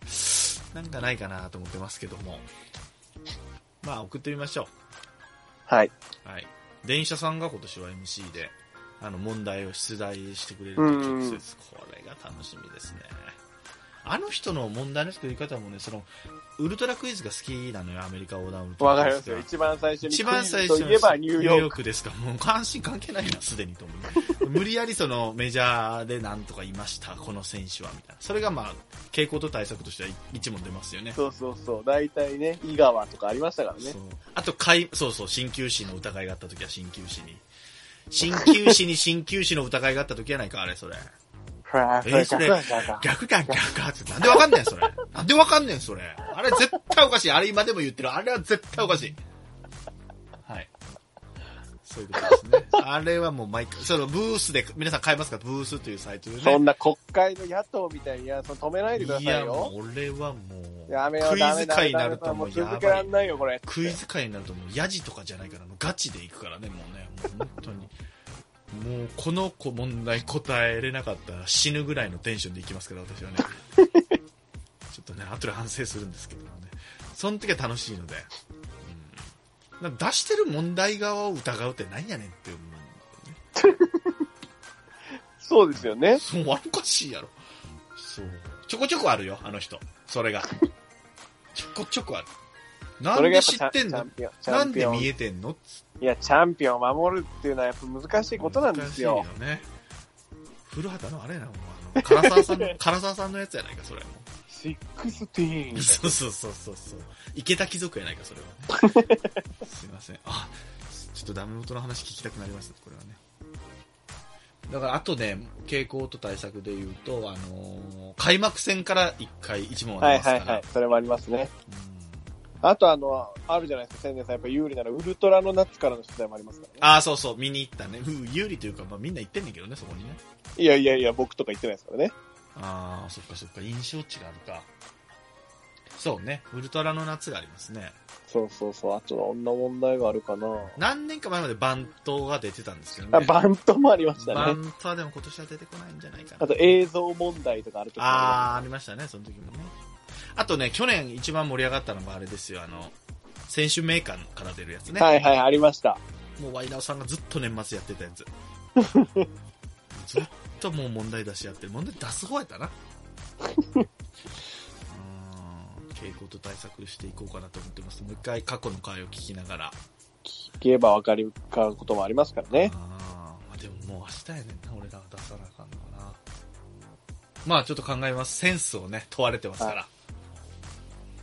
なんかないかなと思ってますけども。まあ、送ってみましょ
はい。
う。はい。電車さんが今年は MC で、あの、問題を出題してくれる
う
と
ん
直接、これが楽しみですね。あの人の問題の作り方もね、その、ウルトラクイズが好きなのよ、アメリカ横断ウルト
わ
ラ
か
クイ
りま
ズ
す
が
よ。一番最初に。
一番最初
といえばニューヨーク。
ですか。もう関心関係ないな、すでにと思 う。無理やりそのメジャーでなんとかいました、この選手は、みたいな。それがまあ、傾向と対策としては一問出ますよね。
そうそうそう。大体ね、井川とかありましたからね
そ。うあとかい、そうそう、鍼灸師の疑いがあった時は鍼灸師に。鍼灸師に 鍼灸師の疑いがあった時やないか、あれ、それ。
ふわ
えーそれ
ふわふわふわ
逆か、逆か、つって。なんでわかんねん、それ。なんでわかんねん、それ。あれ絶対おかしい。あれ今でも言ってる。あれは絶対おかしい。はい。そういうことですね。あれはもう毎回、そのブースで、皆さん買えますかブースというサイトでね。
そんな国会の野党みたいに、いや、その止めないでください
や、も
よ。
う俺はもう、
やめよ
ク
う、
イ
ダ
ズ
メダ
界
メ
にな
ダ
る
メ
とも
も
う
う
や
続け
ば
ら
い
ん。ないよ、これ。
クイズ界になるともうヤジとかじゃないからもうガチでいくからねもうねもう本当にもうこの子問題答えれなかったら死ぬぐらいのテンションでいきますから私はねちょっとね後で反省するんですけどもねその時は楽しいので、うん、な出してる問題側を疑うって何やねんって思う、ね、
そうですよね。
そうあれおかしいやろそうちょこちょこあるよあの人それがちょこちょこあるな
そ
ん
れがや
で
っぱ
知ってん
チャ
の
ンピオン。チ
な
ャ
ん
ンピ
で
オン。
見
い
えてんの
や、チャンピオンを守るっていうのはやっぱ難しいことなんですよ。
難しいよね。古畑のあれやな、もうあの、唐沢さん の、唐沢さんのやつやないか、それ。
シックスティーン。
そうそうそうそうそう。池田貴族やないか、それは、 ね。すいません。あ、ちょっとダメ元の話聞きたくなりますね、これはね。だから、あとね、傾向と対策で言うと、あのー開幕戦から1回、1問あ
は
り
い
ますか
はい
ら。
はい。それもありますね。
うん
あとあの、あるじゃないですか、千年さん。やっぱ有利ならウルトラのナッツからの出題もありますからね。
ああ、そうそう、見に行ったね。うん有利というか、まあみんな行ってんねんけどね、そこにね。
いやいやいや、僕とか言ってないですからね。
ああ、そっかそっか、印象値があるか。そうね、ウルトラの夏がありますね。
そうそうそう。あと、女問題があるかな。
何年か前までバントが出てたんですけどね。
あ、バントもありました
バ
ね。
ントはでも今年は出てこないんじゃないかな。
あと、映像問題とかあるとか。
あー、ありましたね、その時もね。あとね、去年一番盛り上がったのがあれですよ、あの、選手メーカーから出るやつね。
はいはい、ありました。
もうワイナオさんがずっと年末やってたやつ。ずっともう問題出しやってる。問題出す方やったな。うーん傾向と対策していこうかなと思ってます。もう一回過去の回を聞きながら。
聞けばわかるかこともありますからね。
あーまあ、でももう明日やねんな、俺らが出さなあかんのかな。まあちょっと考えます。センスをね、問われてますから。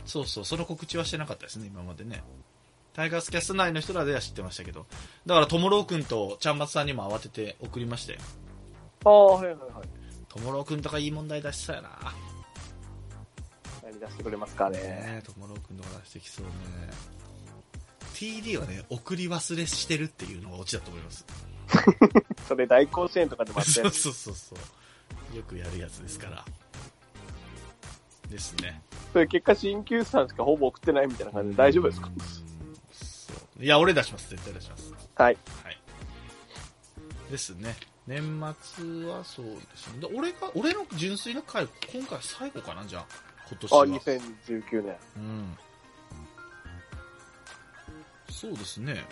そうそう、その告知はしてなかったですね、今までね。タイガースキャスト内の人らでは知ってましたけど。だから、ともろうくんとちゃんまつさんにも慌てて送りましたよ。
ああ、はいはいはい。
ともろうくんとかいい問題出しそうやな。
何出してくれますかね。
ねえ、ともろうくんとか出してきそうね。TD はね、送り忘れしてるっていうのがオチだと思います。
それ大甲子園とかでもあって
そう。そうそうそう。よくやるやつですから。ですね。
それ結果、新旧さんしかほぼ送ってないみたいな感じで大丈夫ですか
うーんそういや、俺出します。絶対出します。
はい。
はい。ですね。年末はそうですね。で俺が、俺の純粋な回、今回最後かな、じゃあ。今年
あ、
は。
2019年。
うん。そうですね。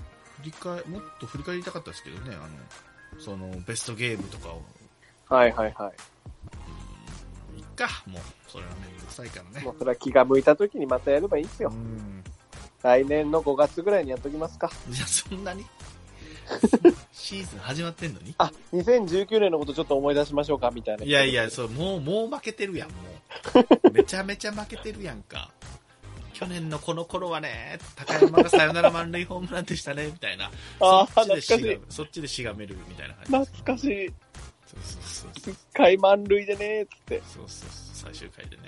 振り返、もっと振り返りたかったですけどね、あの、その、ベストゲームとかを。
はいはいは
うんいっか、もう、それはめんどくさいからね
い。も。うそれは気が向いた時にまたやればいいんですよ
う。ん。
来年の5月ぐらいにやっときますか。
いや、そんなにシーズン始まってんのに
あ、2019年のことちょっと思い出しましょうかみたいな。
いやいや、そう、もう、もう負けてるやん、もう。めちゃめちゃ負けてるやんか。去年のこの頃はね、高山がさよなら満塁ホームランでしたね、みたいな。
あー
そっちでし
懐
がそっちでしがめるみたいな感
懐
じ。
かしい。
そうそうそう。
一回満塁でねーっつって。
そうそうそう最終回でね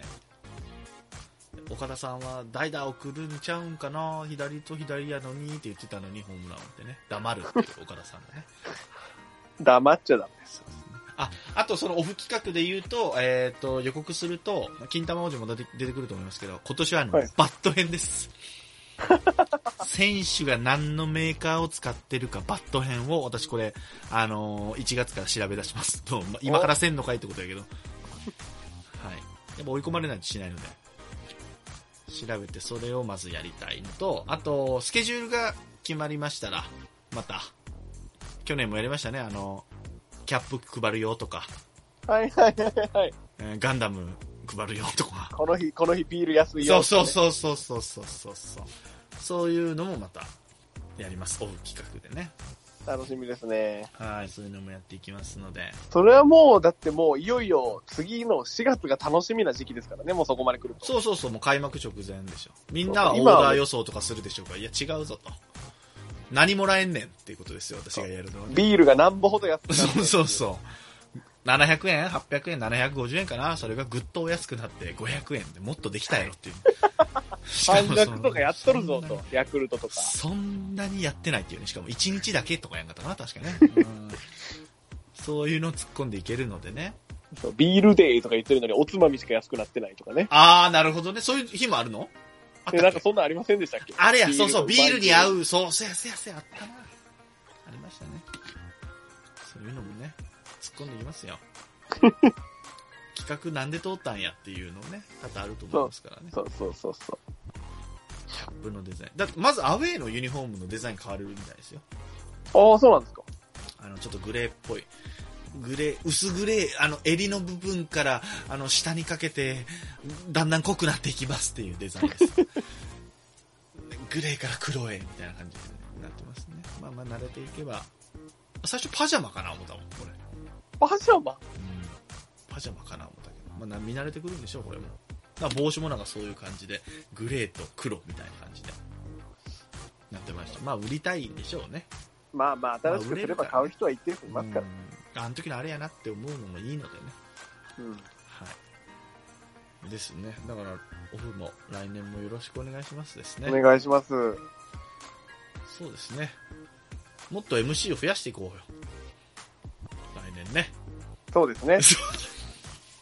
岡田さんは代打送るんちゃうんかな左と左やのにって言ってたのにホームラン打ってね黙るっていう岡田さんがね
黙っちゃダメ。
そうですねああとそのオフ企画で言うと,、えー、と予告すると金玉王子も出て出てくると思いますけど今年はあの、
はい
バット編です選手が何のメーカーを使ってるかバット編を私これ、あのー1月から調べ出しますと今からせんのかいってことやけどはい。やっぱ追い込まれないとしないので。調べてそれをまずやりたいのと、あと、スケジュールが決まりましたら、また、去年もやりましたね、あの、キャップ配るよとか、
はいはいはいはい。
えーガンダム配るよと か。
この日、この日ビール安いよ、
そうそうそうそうそうそうそうそう。そういうのもまたやります。追う企画でね。
う。楽しみですね。
はい、そういうのもやっていきますので。
それはもう、だってもう、いよいよ次の4月が楽しみな時期ですからね、もうそこまで来ると。
そうそうそう、もう開幕直前でしょ。みんなはオーダー予想とかするでしょうか。いや、違うぞと。何もらえんねんっていうことですよ、私がやるのはね。
ビールがなんぼほど安くなって
そうそうそう。700円 ?800 円 ?750 円かなそれがぐっとお安くなって500円でもっとできたやろっていう。 しかもそ
半
の
額とかやっとるぞと。ヤクルトとか。
そんなにやってないっていうね。しかも1日だけとかやんかったかな、確かね。うんそういうの突っ込んでいけるのでね。
そうビールデーとか言ってるのにおつまみしか安くなってないとかね。
あー、なるほどね。そういう日もあるのあっ
で、
た
な
っ
んか
け
そんなんありませんでしたっけ
あれや、そうそう、ビールに合
う。
う、そう、そうや、そうや、そうや、あったな。ありましたね。そういうのもね、突っ込んでいきます よ。企画なんで通ったんやっていうのもね、多々あると思いますからね。
そうそうそうそう。
キャップのデザイン。だって、まずアウェイのユニフォームのデザイン変わるみたいですよ。
ああ、そうなんですか。
あの、ちょっとグレーっぽい。グレー、薄グレー、あの、襟の部分から、あの、下にかけて、だんだん濃くなっていきますっていうデザインです。 グレーから黒へ、みたいな感じになってますね。まあまあ、慣れていけば。最初パジャマかな思ったもん、これ。
パジャマ
うんパジャマかな思ったけど。まあ、な見慣れてくるんでしょう、これも。だから帽子もなんかそういう感じで、グレーと黒みたいな感じで。なってました。まあ、売りたいんでしょうね。
まあまあ、新しくすれば買う人は一定数いますから。
うんあの時のあれやなって思うのもいいのでね。
うん。
はい。ですね。だから、オフも来年もよろしくお願いしますですね。
お願いします。
そうですね。もっと MC を増やしていこうよ。来年ね。
そうですね。
そ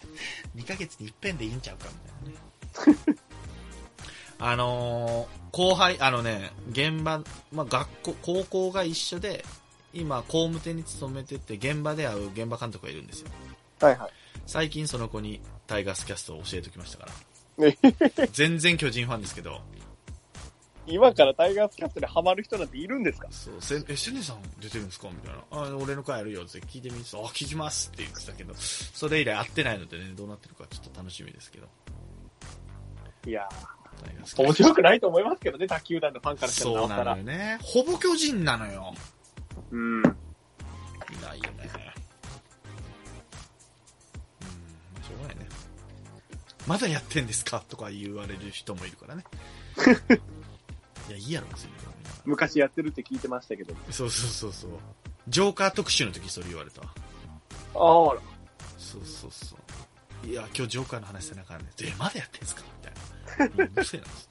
う2ヶ月に一遍でいいんちゃうか、みたいなね。 あのー後輩、あのね、現場、まあ、学校、高校が一緒で、今、工務店に勤めてて、現場で会う現場監督がいるんですよ。
はいはい。
最近その子にタイガースキャストを教えておきましたから
ね。
全然巨人ファンですけど、
今からタイガースキャットでハマる人なんているんですか
そう、せえ、千年さん出てるんですかみたいな。あ、俺の回やるよって聞いてみて、あ、聞きますって言ってたけど、それ以来会ってないのでね、どうなってるかちょっと楽しみですけど。
いや
タイガースキャス
ー、
ト
面白くないと思いますけどね、他球団のファンからしたら
そ
な
う
お
な
さ
の
ら
よ。ね。ほぼ巨人なのよ。
うん。
いないよね。うん、しょうがないね。まだやってんですかとか言われる人もいるから ね。いや、いいやろ、別に。
昔やってるって聞いてましたけど。
そうそうそうそう。ジョーカー特集の時それ言われたわ。
ああ、
そうそうそう。いや、今日ジョーカーの話せなあかんねえ、まだやってんすかみたいな。もううるせえな、つっ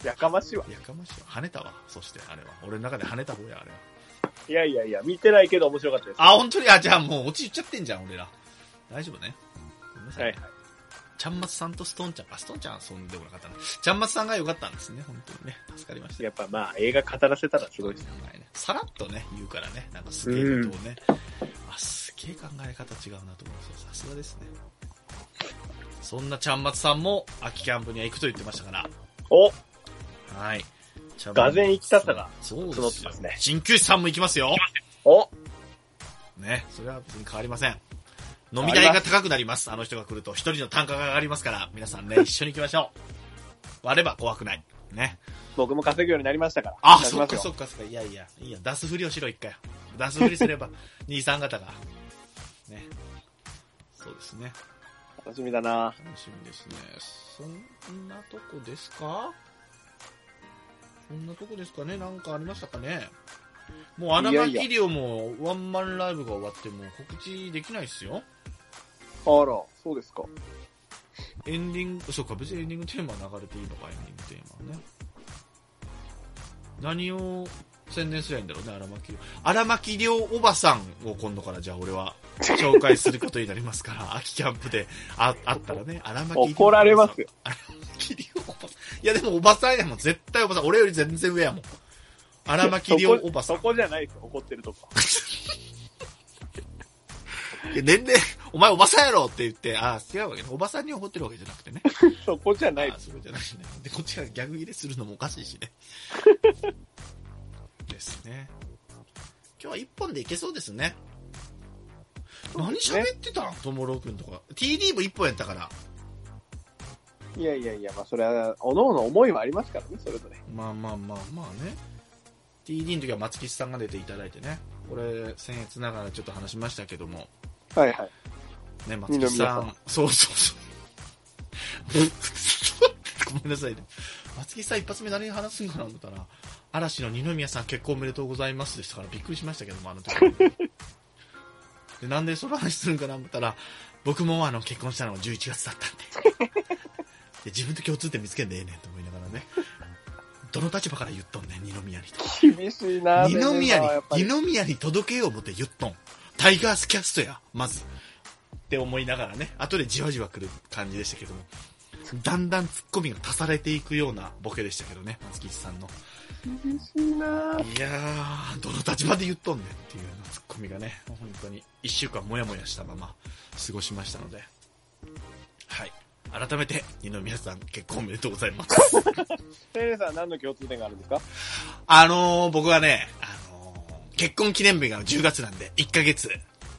て。
やかましいわ。
いやかましいわ。跳ねたわ。そして、あれは。俺の中で跳ねた方や、あれは。
いやいやいや、見てないけど面白かったです。
あ、本当にあ、じゃあもう、オチ言っちゃってんじゃん、俺ら。大丈夫ね。ごめんなさい。
はい
ちゃんまつさんとストーンちゃん、あ、ストーンちゃんはそんでもなかったな。ちゃんまつさんが良かったんですね、本当にね。助かりました。
やっぱまあ、映画語らせたらすごいです。
ね。さらっとね、言うからね、なんかすげえことをね。あ、すげえ考え方違うなと思いますよさすがですね。そんなちゃんまつさんも、秋キャンプには行くと言ってましたから。
お
はい。ちゃんまつさん
がぜん生きたさが、
そうです
募ってますね
よ鍼灸師さんも行きますよ。
お
ね、それは別に変わりません。飲み代が高くなります。あの人が来ると、一人の単価が上がりますから、皆さんね、一緒に行きましょう。割れば怖くない。ね。
僕も稼ぐようになりましたから。
あ、
出し
そ
ま
っ
す
か
よ
そっかそっか。いやいや、いいや、出すふりをしろ、一回。出すふりすれば、 兄さん方が。ね。そうですね。
楽しみだな
楽しみですね。そんなとこですかそんなとこですかねなんかありましたかねもう穴場キリオもワンマンライブが終わってもう告知できないっすよ。
あら、そうですか。
エンディング、そうか、別にエンディングテーマ流れていいのか、エンディングテーマはね。何を宣伝すりゃいいんだろうね、荒牧亮。荒牧亮おばさんを今度からじゃあ俺 は紹介することになりますから、秋キャンプでああったらね、荒牧亮おばさん
怒られますよ。
荒牧亮おばさん。いやでもおばさんやもん、絶対おばさん。俺より全然上やもん。荒牧亮おばさん
そ。こじゃないですよ、怒ってるとこ。
いや年齢、お前おばさんやろって言って、ああ、違うわけね。おばさんに怒ってるわけじゃなくてね。
そこじゃない
あ
です。
ーそうじゃないね。で、こっちが逆ギレするのもおかしいし ね。ですね。今日は一本でいけそうですね。何
そうですね
喋ってたんともろうくんとか。TD も一本やったから。
いやいやいや、まあ、それは、おのおの思いはありますからね、それぞれ。
まあまあまあまあね。TD の時は松吉さんが出ていただいてね、これ、僭越ながらちょっと話しましたけども、
はいはい。
ね、松木さ
二
ん、そうそうそう。ごめんなさいね。松木さん一発目何話すんかなと思ったら、嵐の二宮さん結婚おめでとうございますでしたからびっくりしましたけども、あの時。で、なんでその話するんかなと思ったら、僕もあの結婚したのが11月だったんで。で自分と共通点見つけんでええねんと思いながらね。どの立場から言っとんねん、二宮にと。
厳しいな
二宮
ベネさんはやっぱ
に、
り
二宮に届けよう思って言っとん。タイガースキャストや、まず。って思いながらね、後でじわじわ来る感じでしたけども、だんだんツッコミが足されていくようなボケでしたけどね、松吉さんの。
厳しいない
やー、どの立場で言っとんねんっていうようなツッコミがね、本当に一週間もやもやしたまま過ごしましたので、はい。改めて、二宮さん結婚おめでとうございます。
テレさん何の共通点があるんですか
あのー、僕はね、あのー、結婚記念日が10月なんで、1ヶ月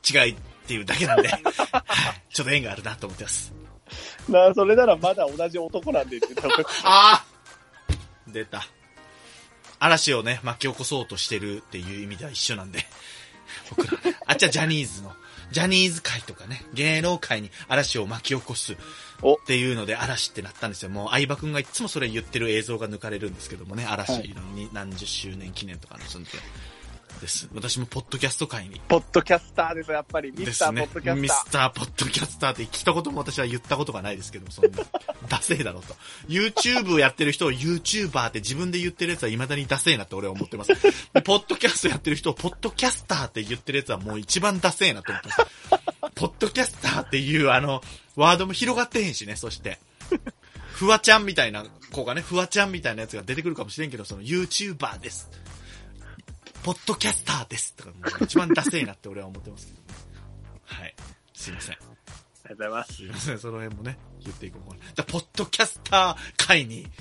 違いっていうだけなんで、はいちょっと縁があるなと思ってます。
なあそれならまだ同じ男なんでって言った方が
ああ出た。嵐をね、巻き起こそうとしてるっていう意味では一緒なんで、 僕ら、あっちはジャニーズの、ジャニーズ界とかね、芸能界に嵐を巻き起こすっ
お
ていうので嵐ってなったんですよ。もう相葉くんがいつもそれ言ってる映像が抜かれるんですけどもね、嵐のに何十周年記念とかのその時です。私もポッドキャスト界に
ポッドキャスターです、やっぱり。ミ
で
スター
す
ポ
ね
ッドキャス
ミ
ター。
スターポッドキャスターって一言も私は言ったことがないですけども、そんな。ダセえだろと。YouTube をやってる人を YouTuber って自分で言ってるやつは未だにダセえなって俺は思ってます。でポッドキャストやってる人をポッドキャスターって言ってるやつはもう一番ダセえなと思ってます。ポッドキャスターっていうあの、ワードも広がってへんしね、そして。フワちゃんみたいな子がね、フワちゃんみたいなやつが出てくるかもしれんけど、その YouTuber です。ポッドキャスターです。とか、もう一番ダセえなって俺は思ってますけどね。はい。すいません。
りがとうございます。
すいません。その辺もね、言っていこうかな。じゃあ、ポッドキャスター界に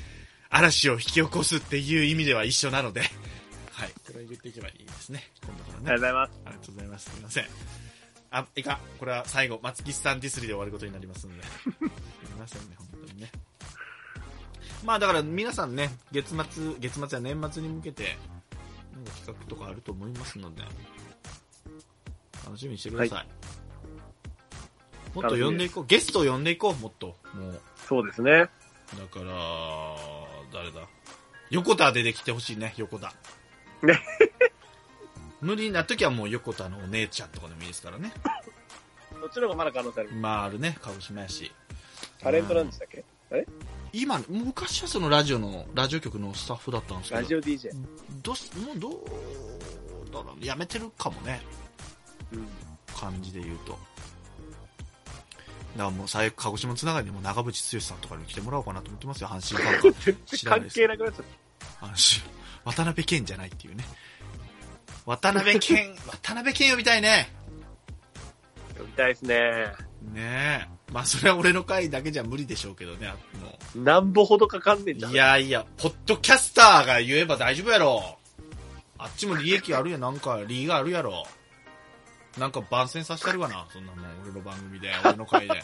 嵐を引き起こすっていう意味では一緒なので、はい。これは言っていけばいいですね。今度から
ありがとう
ね
ご。ざいます。
ありがとうございます。すいません。あ、いかん、これは最後、松木さんディスりで終わることになりますので。すいませんね、本当にね。まあだから皆さんね、月末、月末や年末に向けて、なんか企画とかあると思いますので、楽しみにしてください。もっと呼んでいこう。ゲストを呼んでいこう、もっと。もう。
そうですね。
だから、誰だ横田出てきてほしいね、横田
ね。
無理な時はもう横田のお姉ちゃんとかでもいいですからね。
そっちの方がまだ可能性ある。
まああるね、鹿児島やし。
タレントなんでしたっけ
今、昔はそのラジオの、ラジオ局のスタッフだったんです
ラ
け
ジ
ど、
オ DJ。
どうす、もうどうだろう、やめてるかもね、
うん。
感じで言うと。だからもう最悪、鹿児島つながりでも長渕剛さんとかに来てもらおうかなと思ってますよ、阪神ファンか
全
知らない
関
です
係なくなっちゃっ
あのし渡辺謙じゃないっていうね。渡辺 謙、渡辺謙呼びたいね。
呼びたいですね。
ねえ。まあそれは俺の回だけじゃ無理でしょうけどね、も
なんぼほどかかんねえじゃ
う。
ん。
いやいや、ポッドキャスターが言えば大丈夫やろ。あっちも利益あるやん、なんか利があるやろ。なんか番宣させてるわな、そんなもん。俺の番組で、俺の 回で。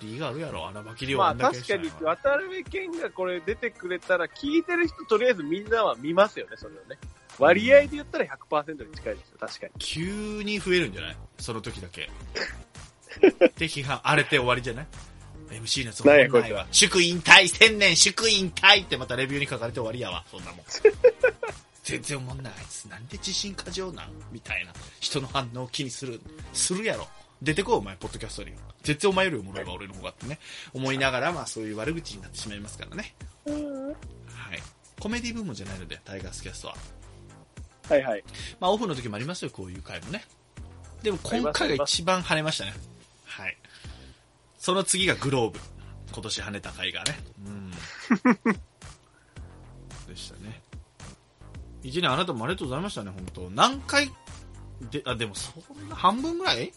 利があるやろ、荒巻量
ま
あ
あ
んだけ
確
した
か
ん
に
やから、
渡辺謙がこれ出てくれたら、聞いてる人とりあえずみんなは見ますよね、それをね。割合で言ったら100%に近いですよ、確かに。
急に増えるんじゃないその時だ け。で、批判、荒れて終わりじゃない ?MC のつもり
なんや
な
こ
い
い
わ。祝引退、千年祝引退ってまたレビューに書かれて終わりやわ、そんな もん。全然思んない。あいつなんで自信過剰なんみたいな。人の反応を気にする。するやろ。出てこい、お前、ポッドキャストに。絶対お前よりおもろいわ、俺の方がってね。思いながら、まあそういう悪口になってしまいますからね。はい。コメディ部門じゃないので、タイガースキャストは。
はいはい。
まあ、オフの時もありますよ、こういう回もね。でも、今回が一番跳ねましたね。はい。その次がグローブ。今年跳ねた回がね。うん。 でしたね。一年あなたもありがとうございましたね、本当何回、で、あ、でも、そんな半分ぐらい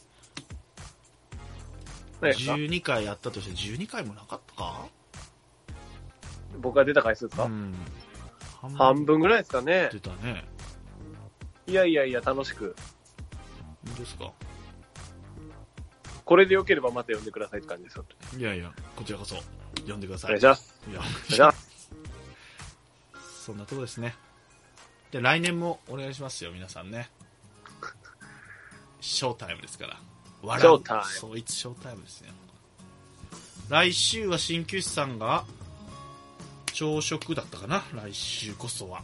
何ですか
?12 回やったとして、12回もなかったか
僕が出た回数ですか、
ん。半分
半分ぐらいですかね。
出たね。
いやいやいや、楽しく。
本当ですか
これで良ければまた呼んでくださいって感じですよ。
いやいや、こちらこそ。呼んでくだ
お
さい。
願いします。
いや
お願いします。
そんなとこですね。で、来年もお願いしますよ、皆さ んね。ショータイムですから。笑
シ
う
ョータイム
そう、いつショータイムですよ。来週は鍼灸師さんが、朝食だったかな来週こそは。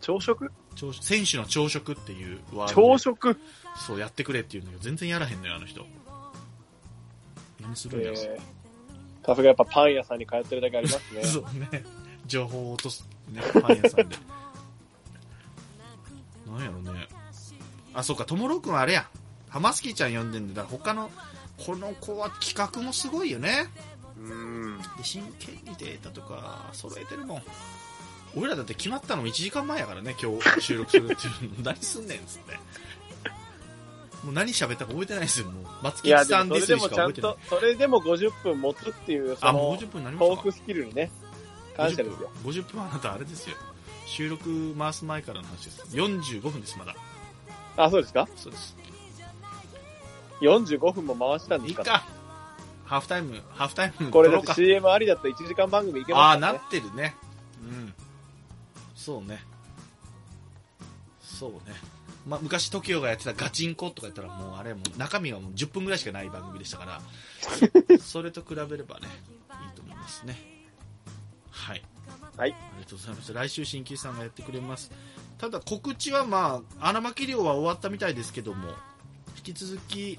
朝食
朝食選手の朝食っていうワードで
朝食
そう、やってくれって言うんだけど、全然やらへんのよ、あの人。何するんやろ、。
えーさすがやっぱパン屋さんに通ってるだけありますね
そうね。情報を落とす、ね、パン屋さんで。なんやろね。あ、そうか、ともろくんあれや。ハマスキーちゃん呼んでんで、だから他の、この子は企画もすごいよね。
うん。
で真剣にデータとか揃えてるもん。俺らだって決まったのも1時間前やからね、今日収録するっていうの。 何すんねんっつって。もう何喋ったか覚えてないですよ、もう。松
い
木
や、で
さん
も
で
そ
す
れで
よしか
もちゃ
覚え
ん
てない
と。、それでも50分持つっていう、そ
あ、もう
の、
50分になりま
ト
した
ー
か
クスキルにね、感謝ですよ。
50分はあなたあれですよ収録回す前からの話です45分ですまだ
あ、そうですか
そうです
45分も回したんで
いい
すか
かハーフタイムハーフタイム
これだ
撮ろう
っ
か
て CM ありだったら1時間番組いけ
あ
ま
あ
すか
な
らね
っ。てるねうんそうねそうねまあ、昔 TOKIO がやってたガチンコとかやったらもうあれもう中身はもう10分ぐらいしかない番組でしたから それと比べればねいいと思いますねはいあ
はい。
りがとうございました。来週、新旧さんがやってくれます。ただ、告知はまあ、穴巻き漁は終わったみたいですけども、引き続き、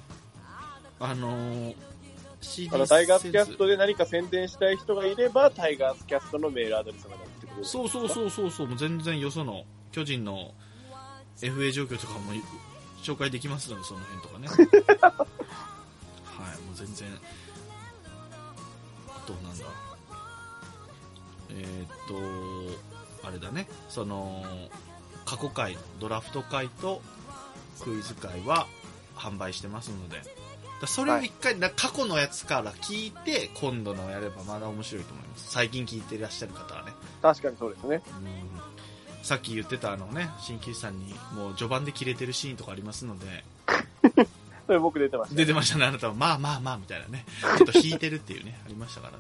あのー、CD
あの、タイガースキャ
せ
ス
ず
トで何か宣伝したい人がいれば、タイガースキャストのメールアドレスまで送ってくれる。
そうそうそうそうそう、もう全然よその、巨人の FA 状況とかも紹介できますので、その辺とかね。はい、もう全然、どうなんだろう。えーっと、あれだね、その、過去回、ドラフト回とクイズ回は販売してますので、だそれを一回、な過去のやつから聞いて、今度のやればまだ面白いと思います。最近聞いていらっしゃる方はね。
確かにそうですね。
うんさっき言ってたあのね、鍼灸師さんにもう序盤で切れてるシーンとかありますので、
それ僕出てました。
出てましたね、あなたは、まあまあまあみたいなね、ちょっと引いてるっていうね、 ありましたからね。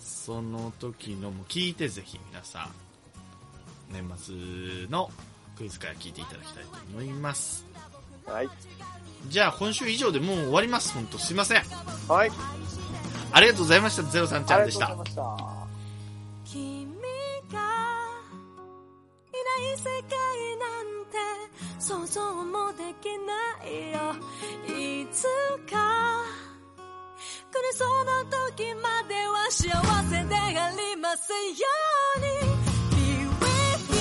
その時のも聞いてぜひ皆さん、年末のクイズ会聞いていただきたいと思います。
はい。
じゃあ今週以上でもう終わります、本当すいません。
はい。
ありがとうございました、ゼロさんち
あ
ゃん
りがとう
で
ご
し
ざい
た。
ました。
君がいない世界なんて想像もできないよいつか来るその時までは幸せでありますように Be with you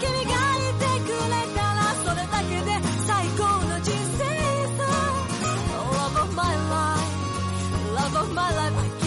君がいてくれたらそれだけで最高の人生さ Love of my life Love of my life I give